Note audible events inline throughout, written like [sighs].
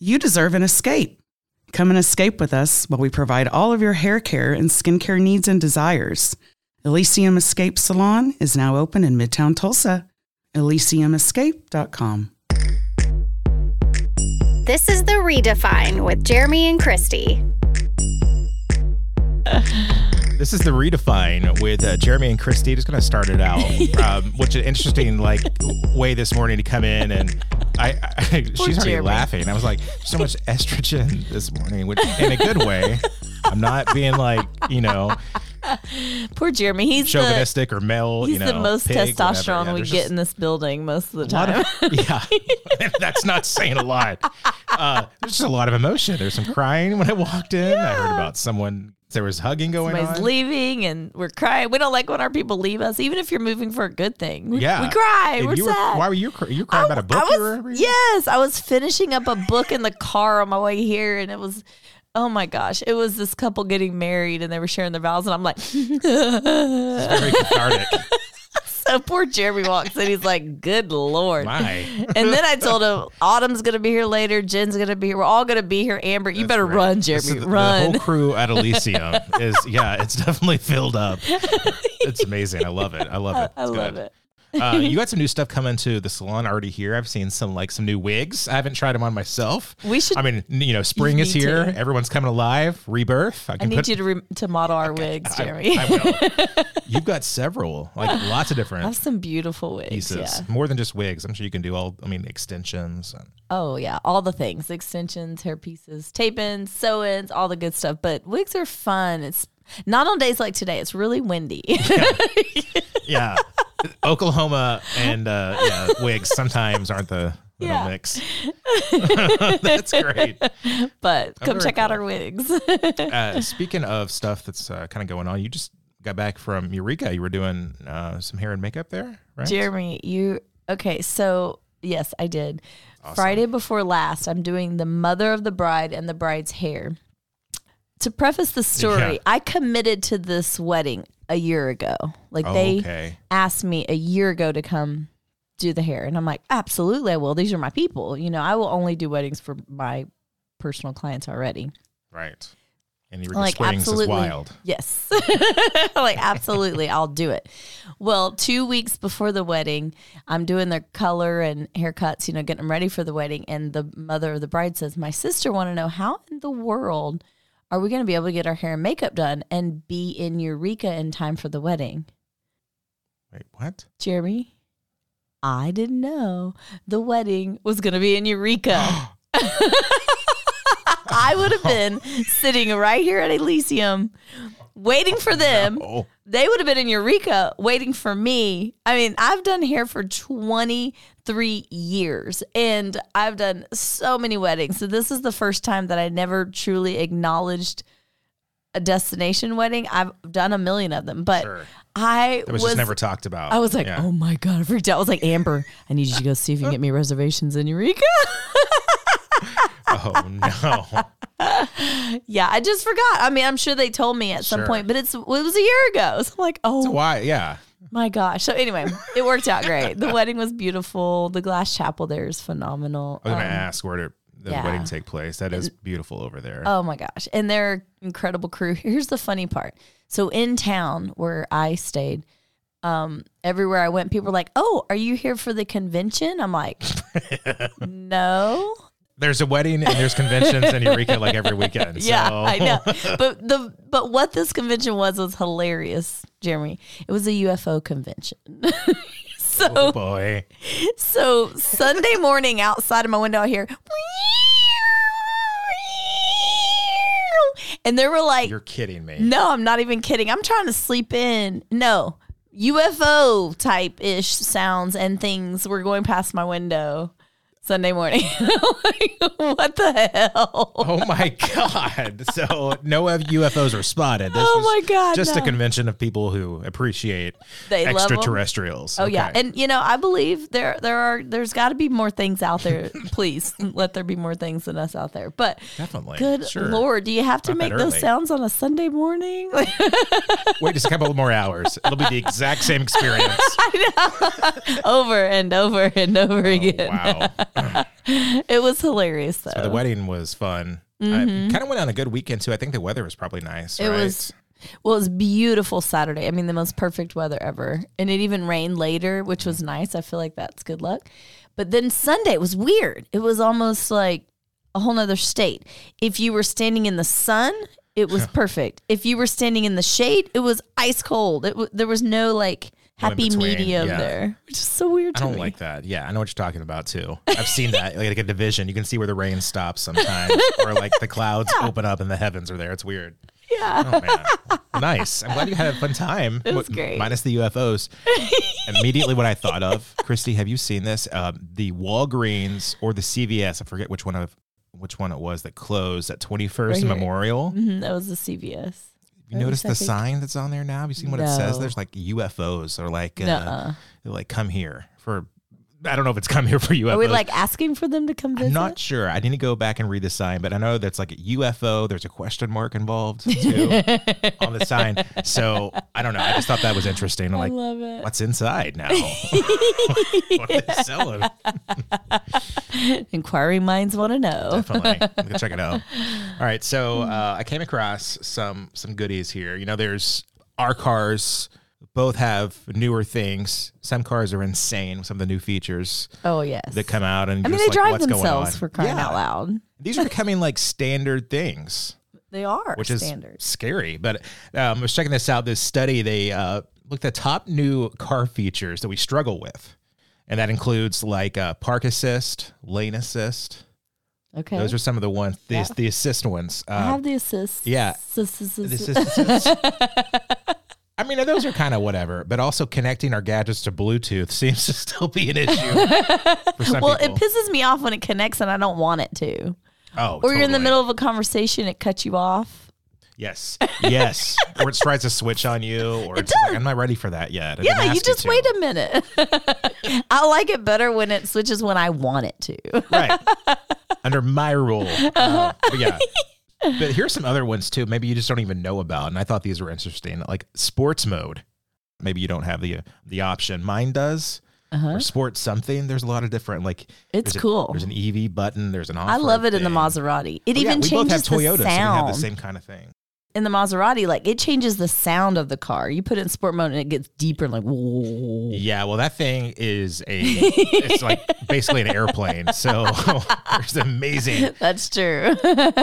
You deserve an escape. Come and escape with us while we provide all of your hair care and skincare needs and desires. Elysium Escape Salon is now open in Midtown Tulsa. ElysiumEscape.com. This is The Redefine with Jeremy and Christy. This is the redefine with uh, Jeremy and Christy. Just going to start it [laughs] out, um, which is interesting like way this morning to come in and I, I [laughs] she's already Jeremy. laughing. I was like, so much estrogen this morning, which in a good way. I'm not being like you [laughs] know Poor Jeremy. He's the, chauvinistic or male. he's you know, the most pig, whatever. testosterone Yeah, we there's get just in this building most of [laughs] a the lot time. of- yeah, [laughs] that's not saying a lot. Uh, there's just a lot of emotion. There's some crying when I walked in. I heard about someone. There was hugging going Somebody's on. leaving and we're crying. We don't like when our people leave us, even if you're moving for a good thing. We, Yeah, we cry. And we're you sad. Were, why were you crying? You crying about a book? I you were was, reading? yes, I was finishing up a book in the car on my way here, and it was, oh my gosh, it was this couple getting married, and they were sharing their vows, and I'm like, [laughs] It's very cathartic. so poor Jeremy walks in, he's like, good lord. My, And then I told him, Autumn's gonna be here later, Jen's gonna be here, we're all gonna be here. Amber, you That's better right. run, This Jeremy, is the, The run. whole crew at Elysium is yeah, it's definitely filled up. It's amazing. I love it. I love it. [laughs] I It's love good. it. Uh, [laughs] you got some new stuff coming to the salon already here. I've seen some like some new wigs. I haven't tried them on myself. We should. I mean, n- you know, spring is need to. here. Everyone's coming alive. Rebirth. I need you to re- to model our wigs, Jeremy. [laughs] I I, will. You've got several, like lots of different have some beautiful wigs. pieces, Yeah. more than just wigs. I'm sure you can do all. I mean, extensions. [laughs] And, Oh yeah, all the things, extensions, hair pieces, tape-ins, sew-ins, all the good stuff. But wigs are fun. It's not on days like today. It's really windy. [laughs] yeah. Oklahoma and uh, yeah, wigs sometimes aren't the they don't Yeah. [laughs] mix. that's great. but Oh, come very check out cool. our wigs. [laughs] Uh, speaking of stuff that's uh, kind of going on, you just got back from Eureka. You were doing uh, some hair and makeup there, right? Jeremy, you okay, so yes, I did. Friday before last, I'm doing the mother of the bride and the bride's hair. To preface the story, Yeah. I committed to this wedding a year ago. Like Oh, they okay. asked me a year ago to come do the hair and I'm like, absolutely I will. These are my people. You know, I will only do weddings for my personal clients already. Right. And Eureka Like Springs absolutely is wild. Yes. [laughs] like absolutely I'll do it. Well, 2 weeks before the wedding, I'm doing their color and haircuts, you know, getting them ready for the wedding and the mother of the bride says, "My sister want to know how in the world are we going to be able to get our hair and makeup done and be in Eureka in time for the wedding?" Wait, what? Jeremy, I didn't know the wedding was going to be in [gasps] Eureka. I would have been sitting right here at Elysium waiting for them. Oh, They would have been in Eureka waiting for me. I mean, I've done hair for 23 years and I've done so many weddings. So, this is the first time that I never truly acknowledged a destination wedding. I've done a million of them, but sure. I That was, just never talked about. I was like, Yeah. oh my God, I freaked out. I was like, Amber, I need you to go see if you can get me reservations in Eureka. [laughs] [laughs] oh no. [laughs] yeah, I just forgot. I mean, I'm sure they told me at some Sure. point, but it's it was a year ago. [laughs] So I'm like, So oh why? Yeah. my gosh. So anyway, it worked out great. The wedding was beautiful. The glass chapel there is phenomenal. I was gonna Um, ask where did the yeah. wedding take place? That is beautiful over there. Oh my gosh. And their incredible crew. [laughs] Here's the funny part. So in town where I stayed, um, everywhere I went, people were like, Oh, are you here for the convention? I'm like, [laughs] No. there's a wedding and there's conventions in Eureka like every weekend. [laughs] Yeah, so. [laughs] I know. But the but what this convention was was hilarious, Jeremy. It was a UFO convention. so Oh boy. so Sunday morning outside of my window I hear and there were like You're kidding me. no, I'm not even kidding. I'm trying to sleep in. No. UFO type ish sounds and things were going past my window Sunday morning. [laughs] like, what the hell? [laughs] Oh my God. So no F- UFOs were spotted. This Oh was my God, Just a no. convention of people who appreciate They love 'em. extraterrestrials. Oh yeah, Okay. and you know I believe there there are there's got to be more things out there. [laughs] Please let there be more things than us out there. But Definitely. good Sure. lord, do you have to Not that make those early. sounds on a Sunday morning? [laughs] Wait just a couple more hours. It'll be the exact same [laughs] experience. Oh, over and over and over again. Wow. It was hilarious though. So [laughs] the wedding was fun. I kind of went on a good weekend too. I think the weather was probably nice. Mm-hmm. It right? was well, it was beautiful Saturday. I mean, the most perfect weather ever. And it even rained later, which was nice. I feel like that's good luck. But then Sunday was weird. It was almost like a whole nother state. If you were standing in the sun, it [laughs] was perfect. If you were standing in the shade, it was ice cold. It w- there was no like No in happy between, medium yeah. there, which is so weird. I to don't me. [laughs] like that. Yeah, I know what you're talking about too. I've seen that, like, like a division. You can see where the rain stops sometimes, or like the clouds [laughs] open up and the heavens are there. It's weird. Yeah, Oh man, nice. I'm glad you had a fun time. It was What- great. Minus the UFOs. Immediately, what I thought of, Christy, have you seen this? Um, the Walgreens or the CVS? I forget which one of which one it was that closed at 21st and Right here. Memorial. Mhm, that was the CVS. You notice the second. sign that's on there now? Have you seen what it says? No. There's like UFOs or like uh, Nuh-uh. they're like come here for. I don't know if it's come here for UFOs. Are we like asking for them to come visit? I'm not sure. I need to go back and read the sign, but I know that's like a UFO. There's a question mark [laughs] involved too on the sign. So I don't know. I just thought that was interesting. I'm I like, love it. what's inside [laughs] now? [laughs] what are they selling? Inquiring minds want to know. Definitely. I'm gonna check it out. All right. So Hmm. uh, I came across some some goodies here. You know, there's our cars both have newer things. Some cars are insane with some of the new features Oh yes. that come out and I mean, just they like, drive what's going on. themselves for crying Yeah. out loud. These are becoming like standard things. They are which standard. is scary. But um, I was checking this out. This study they uh, looked at top new car features that we struggle with, and that includes like uh, park assist, lane assist. okay. Those are some of the ones the, Yeah. the assist ones. I Uh, have the assist. yeah. Assist, assist, the assist. assist [laughs] assist. I mean, those are kind of whatever, but also connecting our gadgets to Bluetooth seems to still be an issue [laughs] for some people. Well, it pisses me off when it connects and I don't want it to. oh, Or you're in totally. the middle of a conversation, it cuts you off. Yes, yes. or it tries to switch on you, [laughs] or it's like, I'm not ready for that yet. I didn't Yeah, you ask it just to. wait a minute. [laughs] I like it better when it switches when I want it to. right under my rule Uh, but yeah but here's some other ones too maybe you just don't even know about and i thought these were interesting like sports mode maybe you don't have the the option mine does Uh-huh. or sports something there's a lot of different like It's there's a- cool. there's an ev button there's an I love it in the Maserati. Maserati. It even we changes both have the toyotas so we have sound. the same kind of thing in the Maserati, like it changes the sound of the car. You put it in sport mode and it gets deeper and like [laughs] whoa. yeah well that thing is [laughs] a it's like basically an airplane so [laughs] there's an amazing That's true. [laughs]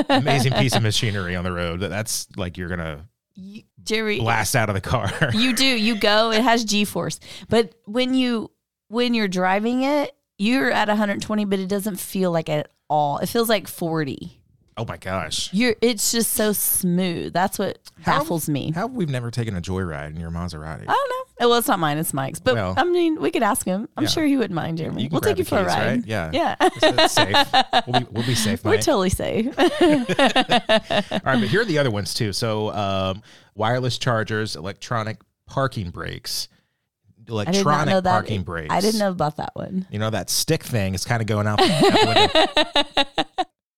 amazing piece of machinery on the road that that's like you're gonna You- Jerry, blast out of the [laughs] [laughs] car you do. You go. It has G force, but when you when you're driving it, you're at 120, but it doesn't feel like it at all. It feels like 40. Oh my gosh. You're. It's just so smooth. That's what How- baffles me. How have we never taken a joyride in your Maserati? [laughs] I don't know. Well, it's not mine. It's Mike's. But Well- I mean, we could ask him. I'm Yeah. sure he wouldn't mind, Jeremy. You can we'll grab take you the for a keys, ride. right? Yeah. Yeah. That's safe. We'll [laughs] be, we'll be safe, We're Mike. totally safe. [laughs] All right, but here are the other ones too. So, um, wireless chargers, electronic parking brakes, I did not know electronic that. parking brakes. I didn't know about that one. You know that stick thing is kind of going out. the- out the [laughs] window.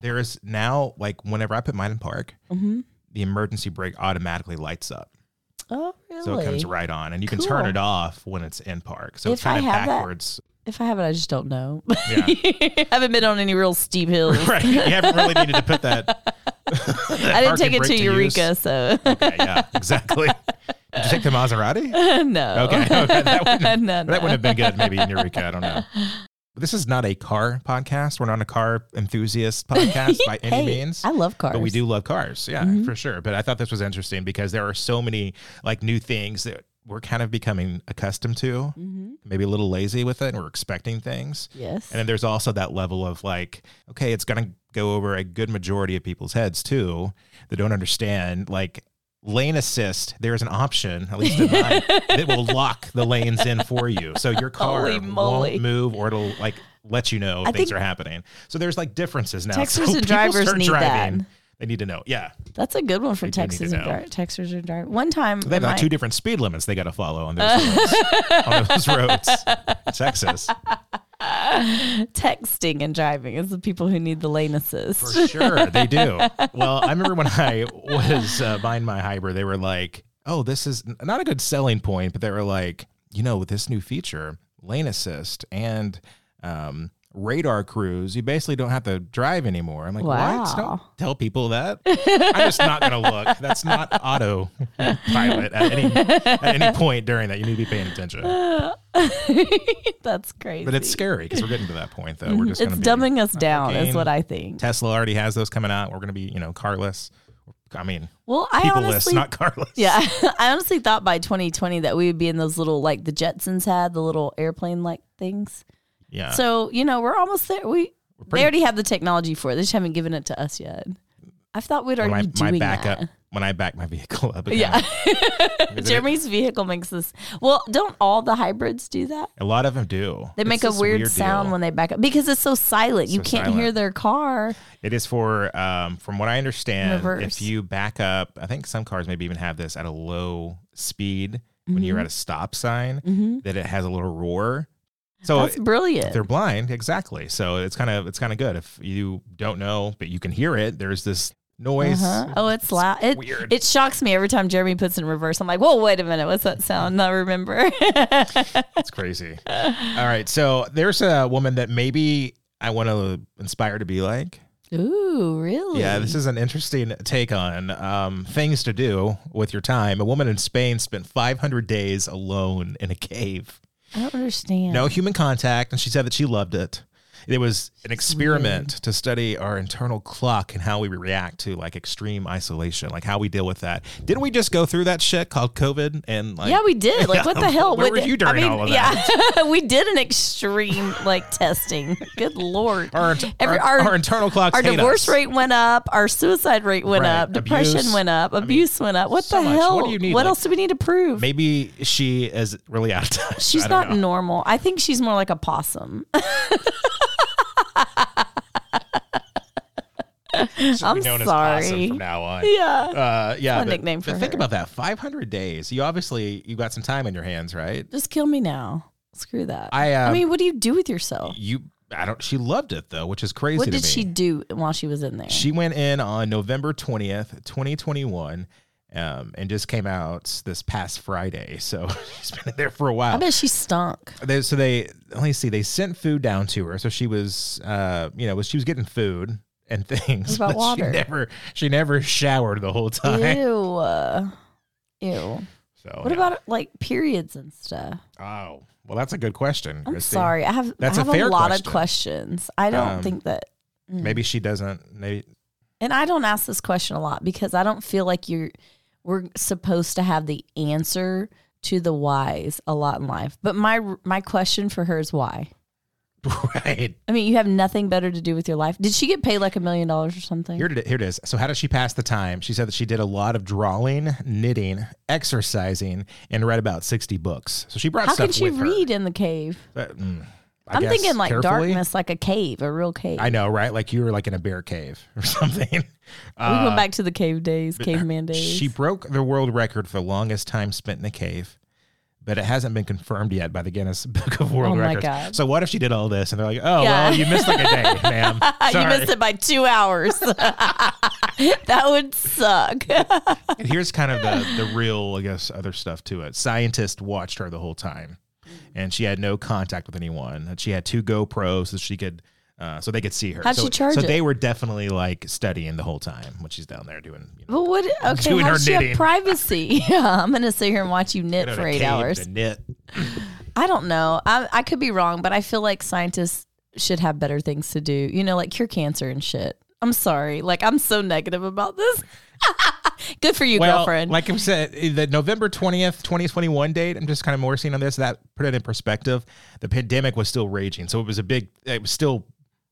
there is now like whenever I put mine in park, hmm the emergency brake automatically lights up, Oh, really? so it comes right on, and you can turn Cool. it off when it's in park. So it's If I kind of have that- backwards. If I have it, I just don't know. [laughs] Yeah. I [laughs] haven't been on any real steep hills. [laughs] right. You haven't really needed to put that. [laughs] I didn't take it to Eureka, so Okay, yeah, [laughs] exactly. Did you take the Maserati? no. Okay, [laughs] okay, [laughs] that wouldn't- Oh. no, That no. would have been good, maybe in Eureka. I don't know. But this is not a car podcast. We're not a car [laughs] enthusiast podcast by any Hey, means. I love cars. Mm-hmm. But we do love cars, yeah, for sure. But I thought this was interesting because there are so many like new things that we're kind of becoming accustomed to, Mhm. maybe a little lazy with it, and we're expecting things. Yes. And then there's also that level of like, okay, it's going to go over a good majority of people's heads too that don't understand. Like, lane assist, there is an option, at least in mine, [laughs] that will lock the lanes in for you. So your car Holy moly. won't move or it'll like let you know I things think- are happening. So there's like differences now. Texters [laughs] so and people drivers start need that. They need to know. Yeah. That's a good one for They do need Texas to and know. dri- Texas and drive. One time, They have in like my- two different speed limits they got to follow on [laughs] those, roads, on those roads. Texas. texting and driving is the people who need the lane assist. For sure, they [laughs] do. Well, I remember when I was uh, buying my hybrid, they were like, "Oh, this is n- not a good selling point," but they were like, "You know, with this new feature, lane assist and um, radar crews, you basically don't have to drive anymore. I'm like, Wow. what? Don't tell people [laughs] that. I'm just not going to look. That's not auto pilot at any, at any point during that. You need to be paying attention. [laughs] That's crazy. Mm-hmm. But it's scary because we're getting to that point, though. We're just it's gonna be- dumbing us down, is game. what I think. Tesla already has those coming out. We're going to be, you know, carless. I mean, Well, I people list, honestly, not carless. yeah, [laughs] I honestly thought by 2020 that we would be in those little like the Jetsons had the little airplane like things. Yeah. So you know we're almost there. We pretty- they already have the technology for it. They just haven't given it to us yet. I thought we'd when already I, be my doing backup, that. when I back my vehicle up. again. Yeah, [laughs] [laughs] Is it- Jeremy's vehicle makes this. Well, don't all the hybrids do that? A lot of them do. They It's make a this weird, deal. sound when they back up because it's so silent. So you can't silent. hear their car. It is for, um, from what I understand, Reverse. if you back up, I think some cars maybe even have this at a low speed when Mm-hmm. you're at a stop sign, that it has a little roar. So That's brilliant. they're blind, exactly. So it's kind of it's kind of good if you don't know but you can hear it. There's this noise. Uh-huh. Oh, it's loud. It, weird. it shocks me every time Jeremy puts it in reverse. I'm like, whoa, wait a minute. What's that sound? I remember. [laughs] It's crazy. All right, so there's a woman that maybe I want to inspire to be like. Ooh, really? Yeah, this is an interesting take on um, things to do with your time. A woman in Spain spent 500 days alone in a cave, I don't understand. no human contact, and she said that she loved it. It was an experiment to study our internal clock and how we react to like extreme isolation, like how we deal with that. Didn't we just go through that shit called COVID and like Yeah, we [laughs] did. Like, what the hell? Where What were the- you during all of Yeah, [laughs] we did an extreme like testing. Good lord. our, Every- our, our- our internal clocks our hate divorce us. rate went up. Our suicide rate went Right. up. Depression Abuse. went up. Abuse went up. What so the much. hell? What do you need? Like- else do we need to prove? Maybe she is really out of touch. She's I don't not know. normal. I think she's more like a possum. [laughs] She'll be I'm known as sorry. Possum from now on. yeah. Uh, yeah, That's my but- nickname but for think her. about that. 500 days. You obviously you got some time on your hands, right? Just kill me now. Screw that. I, um, I mean, what do you do with yourself? You, I don't. She loved it though, which is crazy. What to did me. she do while she was in there? She went in on November 20th, 2021, um, and just came out this past Friday. [laughs] So she's been in there for a I while. bet [laughs] she stunk. They, so they let me see. They sent food down to her, so she was, uh, you know, was she was getting food and [laughs] things. What about but water? She never, she never showered the whole time. Ew. uh, Ew. So What Oh, yeah. about like periods and stuff? Oh, well, that's a good question. I'm Christy. sorry. I have That's I a have a, fair lot question. of questions. I don't Um, think that Mm. Maybe she doesn't. Maybe and I don't ask this question a lot because I don't feel like you're we're supposed to have the answer to the whys a lot in life. But my my question for her is why? [laughs] right I mean, you have nothing better to do with your life. Did she get paid like a million dollars or something? here. It, here it is. So, how does she pass the time? She said that she did a lot of drawing, knitting, exercising, and read about sixty books. So she brought How stuff can she with her. read in the cave? But, mm, I I'm guess thinking like carefully. darkness, like a cave, a real cave. I know, right? Like you were like in a bear cave or [laughs] something. we go back to the cave days, caveman days. uh, She broke the world record for the longest time spent in a cave, but it hasn't been confirmed yet by the Guinness Book of World Oh my Records. God. So what if she did all this and they're like, "Oh, Yeah. well, you missed like a day, ma'am." [laughs] Uh, you Sorry. missed it by two hours. [laughs] that would [laughs] suck. And here's kind of the the real, I guess, other stuff to it. Scientists watched her the whole time, and she had no contact with anyone. And she had two GoPros so she could. Uh, so they could see her. How'd so, she charge So it? they were definitely like studying the whole time when she's down there doing. You know, but what? Okay, Doing how her does she have knitting. privacy? [laughs] Yeah, I'm gonna sit here and watch you in knit a for eight cave hours. to knit. I don't know. I, I could be wrong, but I feel like scientists should have better things to do. You know, like cure cancer and shit. I'm sorry. Like I'm so negative about this. [laughs] Good for you, well, girlfriend. Like I said, the November 20th, 2021 date, I'm just kind of morsing on this. That put it in perspective. The pandemic was still raging. So it was a big, it was still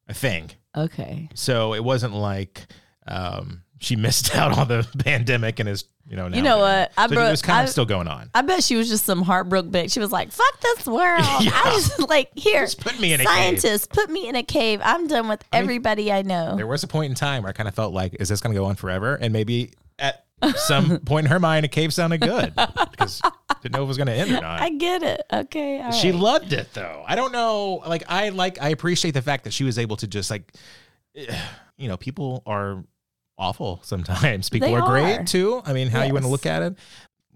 a thing. okay. So it wasn't like um, she missed [laughs] out on the pandemic and is, you know, now You know what? I so bro- it was kind I- of still going on. I bet she was just some heartbroken bitch. She was like, "Fuck this world." [laughs] I just like here. Just put me in a cave. scientists, put me in a cave. I'm done with everybody I know. There was a point in time where I kind of felt like, is this going to go on forever? And maybe at [laughs] some point in her mind, a cave sounded good because didn't know if it was going to end or not. I get it. Okay. all She right. loved it though. I don't know. Like I like I appreciate the fact that she was able to just like [sighs] you know, people are awful sometimes. People They are, are. great too. I mean, how you want to Yes. look at it.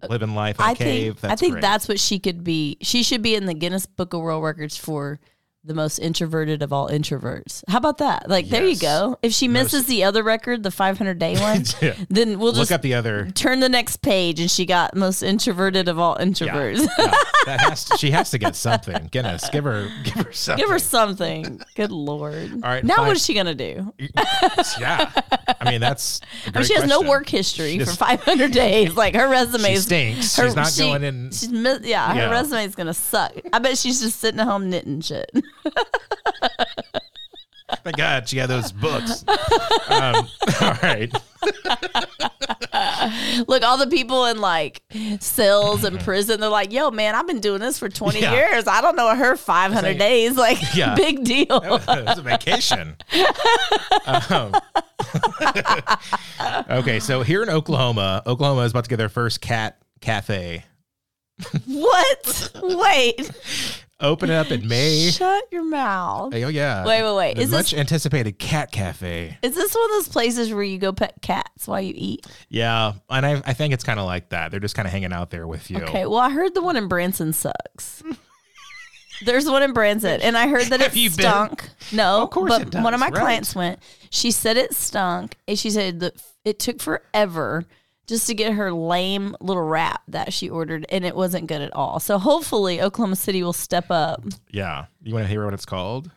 Living life in a I cave. think that's I think great. that's what she could be. She should be in the Guinness Book of World Records for the most introverted of all introverts. How about that? Like, there you Yes. go. If she misses the other record, the [laughs] 500 day one, Yeah. then we'll Look just up the other. turn the next page and she got most introverted of all introverts. [laughs] Yeah, that has to, she has to get something. Goodness, give her give her something. Give her something. Good lord. All right, Now fine. what is she gonna do? yeah. I mean, that's. a I mean, great she has no question. work history She for just- 500 days. Like her resume She is stinks. her- she's not she- going in. She's mi- yeah, Yeah. her resume is gonna suck. I bet she's just sitting at home knitting shit. [laughs] Thank God she had those books. [laughs] um, [laughs] all right. Look, all the people in like [laughs] cells and prison, they're like, "Yo, man, I've been doing this for 20 Yeah. years. I don't know her 500 It's like- days. [laughs] Like, Yeah. big deal." it's a vacation. Um, [laughs] okay, so here in Oklahoma, Oklahoma is about to get their first cat cafe. [laughs] what? [laughs] Wait, Open it up in May. shut your mouth. Hey, oh yeah. Wait, wait, wait. The Is this- much anticipated cat cafe. Is this one of those places where you go pet cats while you eat? Yeah, and I, I think it's kind of like that. They're just kind of hanging out there with you. Okay. Well, I heard the one in Branson [laughs] sucks. There's one in Branson, and I heard that it Have you been? stunk. No, Of course but it does, one of my right. clients went. She said it stunk, and she said that it took forever just to get her lame little wrap that she ordered, and it wasn't good at all. So hopefully, Oklahoma City will step up. Yeah. You want to hear what it's called?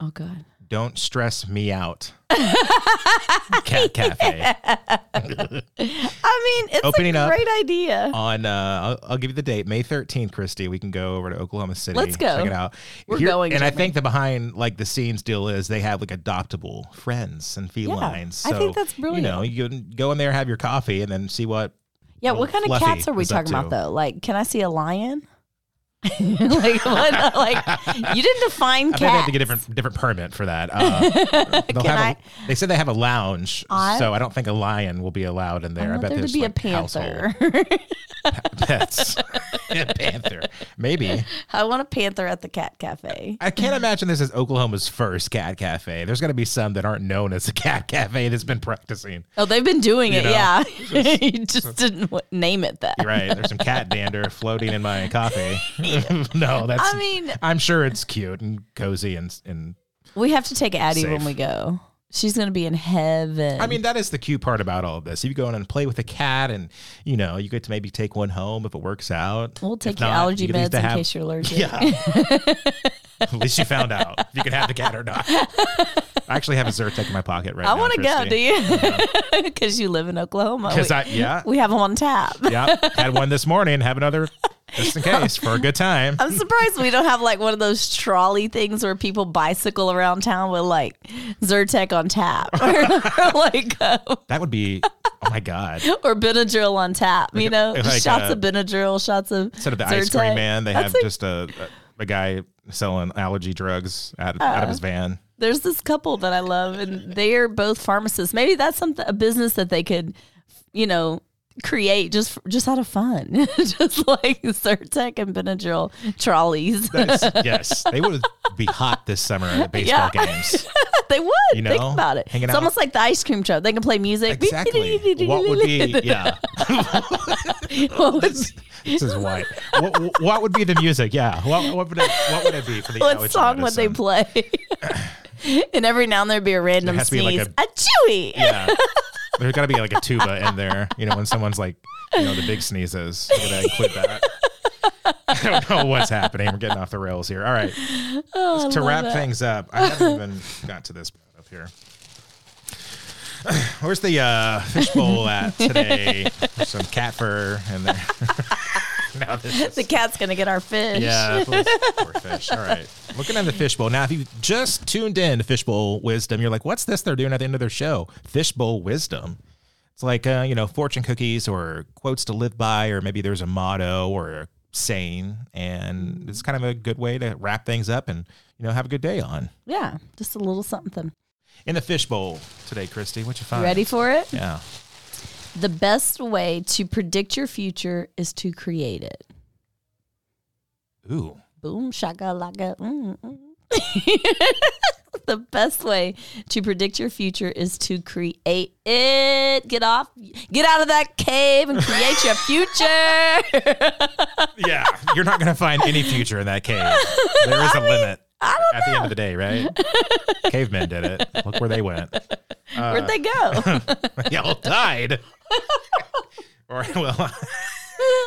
Oh God. Don't stress me [laughs] out. cat cafe. I mean, it's Opening a up. great idea. on uh I'll, I'll give you the date may 13th christy we can go over to oklahoma city Let's go. check it out We're going, and i Jimmy. think the behind like the scenes deal is they have like adoptable friends and felines I so think that's you know brilliant. you can go in there have your coffee and then see what Yeah, what kind of Fluffy cats are we is up talking about to. though? Like, can I see a lion? [laughs] like, what, like you didn't [laughs] define i think they have cats. to get a different different permit for that [laughs] uh they'll have Can a- I- they said they have a lounge I- so i don't think a lion will be allowed in I there i, want bet there to there's be like a panther. [laughs] household [laughs] pets [laughs] a panther maybe I want a panther at the cat cafe. I can't imagine this is Oklahoma's first cat cafe. There's going to be some that aren't known as a cat cafe that's been practicing. Oh, they've been doing You it. know, [laughs] yeah, [laughs] you just didn't w- name it that. You're right. There's some cat [laughs] dander floating in my coffee. [laughs] no, that's. I I mean, am sure it's cute and cozy and and. we have to take Addie when Safe. we go. She's gonna be in heaven. I mean that is the cute part about all of this. You go in and play with a cat, and you know you get to maybe take one home if it works out. we'll If take your not, allergy you at meds least in have- [laughs] case you're allergic. [laughs] Yeah. At least you found out if you can have the cat or not. I actually have a Zyrtec in my pocket right I now. want to go. Christy. Do you? [laughs] Because you live in Oklahoma. Because We- I yeah. [laughs] we have them on tap. yeah, had one this morning. Have another just in case for a good time. [laughs] I'm surprised we don't have like one of those trolley things where people bicycle around town with like Zyrtec on tap [laughs] or like uh, That would be oh my god. or Benadryl on tap. You know, like, Just shots uh, of Benadryl, shots of Instead of the Zyrtec. ice cream man, they have That's like- just a, a a guy selling allergy drugs out, out of his van. There's this couple that I love, and they are both pharmacists. Maybe that's something a business that they could, you know. Create just f- just out of fun, [laughs] just like Zyrtec and Benadryl trolleys. [laughs] That's- yes, they would be hot this summer at baseball [laughs] games. [laughs] they would You think know, about it. hanging It's out. almost like the ice cream truck. They can play music. [laughs] Exactly. what would be yeah? [laughs] What would be- This is white. What, what would be the music? Yeah. What, what would it what would it be for the what allergy song would they medicine? play? [laughs] [laughs] and every now and there'd be a random has to be like sneeze. a- a, chewy. [laughs] Yeah. There's got to be like a tuba in there, you know, when someone's like, you know, the big sneezes. We're going to include that. [laughs] I don't know what's happening. We're getting off the rails here. All right. Oh, I to love wrap it. things up, I [laughs] haven't even got to this part up here. [sighs] Where's the uh, fishbowl at [laughs] today? There's some cat fur in there. [laughs] now this is- [laughs] The cat's gonna get our fish. [laughs] yeah, please. poor fish. All right. Looking at the fishbowl. Now, if you just tuned in to Fishbowl Wisdom, you're like, what's this they're doing at the end of their show? Fishbowl Wisdom. It's like, uh, you know, fortune cookies or quotes to live by, or maybe there's a motto or a saying. And it's kind of a good way to wrap things up and, you know, have a good day on. Yeah, Just a little something. In the fishbowl today, Christy, what you You find? ready for it? Uh, Yeah. The best way to predict your future is to create it. Ooh. Boom, shaka laka. Mm, [laughs] mm. the best way to predict your future is to create it. Get off, get out of that cave and create your future. Uh, Yeah. You're not going to find any future in that cave. There is a limit. I don't at the end of the day, right? [laughs] Cavemen did it. Look where they went. [laughs] know. Where'd they go? They all [laughs] died. or well,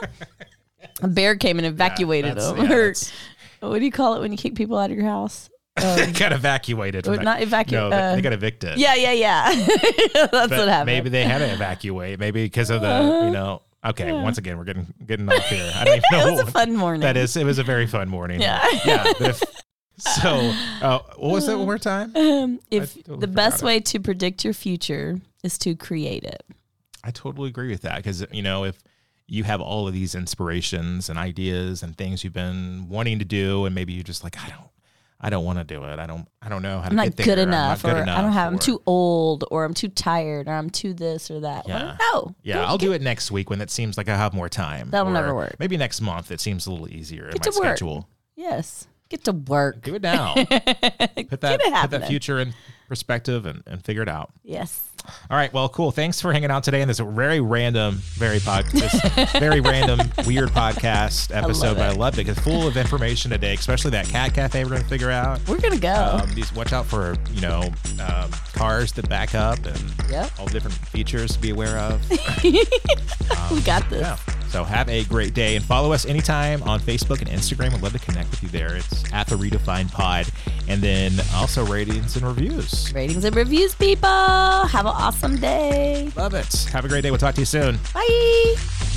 [laughs] a bear came and evacuated that's- them. yeah, Or- that's- what do you call it when you kick people out of [laughs] your house? they got evacuated. from Or that- not evacu- No, they, uh, they got evicted. Yeah, yeah, yeah. [laughs] That's But what happened. Maybe they had to evacuate. Maybe because of the you know. Okay, once again, we're getting getting off here. I don't [laughs] even know. it was a fun morning. That is. It was a very fun morning. Yeah. Yeah. but [laughs] if- so, uh, what was that one more time? Um, [laughs] if totally the best forgot it. way to predict your future is to create it. I totally agree with that because you know if you have all of these inspirations and ideas and things you've been wanting to do, and maybe you're just like, I don't, I don't want to do it. I don't, I don't know how to I'm not get there. good I'm not enough, good or I don't have. or- I'm too old, or I'm too tired, or I'm too this or that. Yeah. Well, no. Yeah, I'll do it next week when it seems like I have more time. That'll Or never work. Maybe next month it seems a little easier in Get my to work. schedule. Yes. Get to work. Do it [laughs] now. put that it put that happening. future in perspective and, and figure it out. Yes. All right. Well, cool. Thanks for hanging out today in this very random, very pod, this [laughs] very random, weird podcast episode. love but I it. loved it. It's full of information today, especially that cat cafe we're going to figure out. We're gonna go. Um, these watch out for you know um, cars that back up and Yep. all different features to be aware [laughs] of. we got this. Um, yeah. So have a great day and follow us anytime on Facebook and Instagram. We'd love to connect with you there. It's at the Redefined Pod, and then also ratings and reviews. Ratings and reviews, people. Have an awesome day. Love it. Have a great day. We'll talk to you soon. Bye.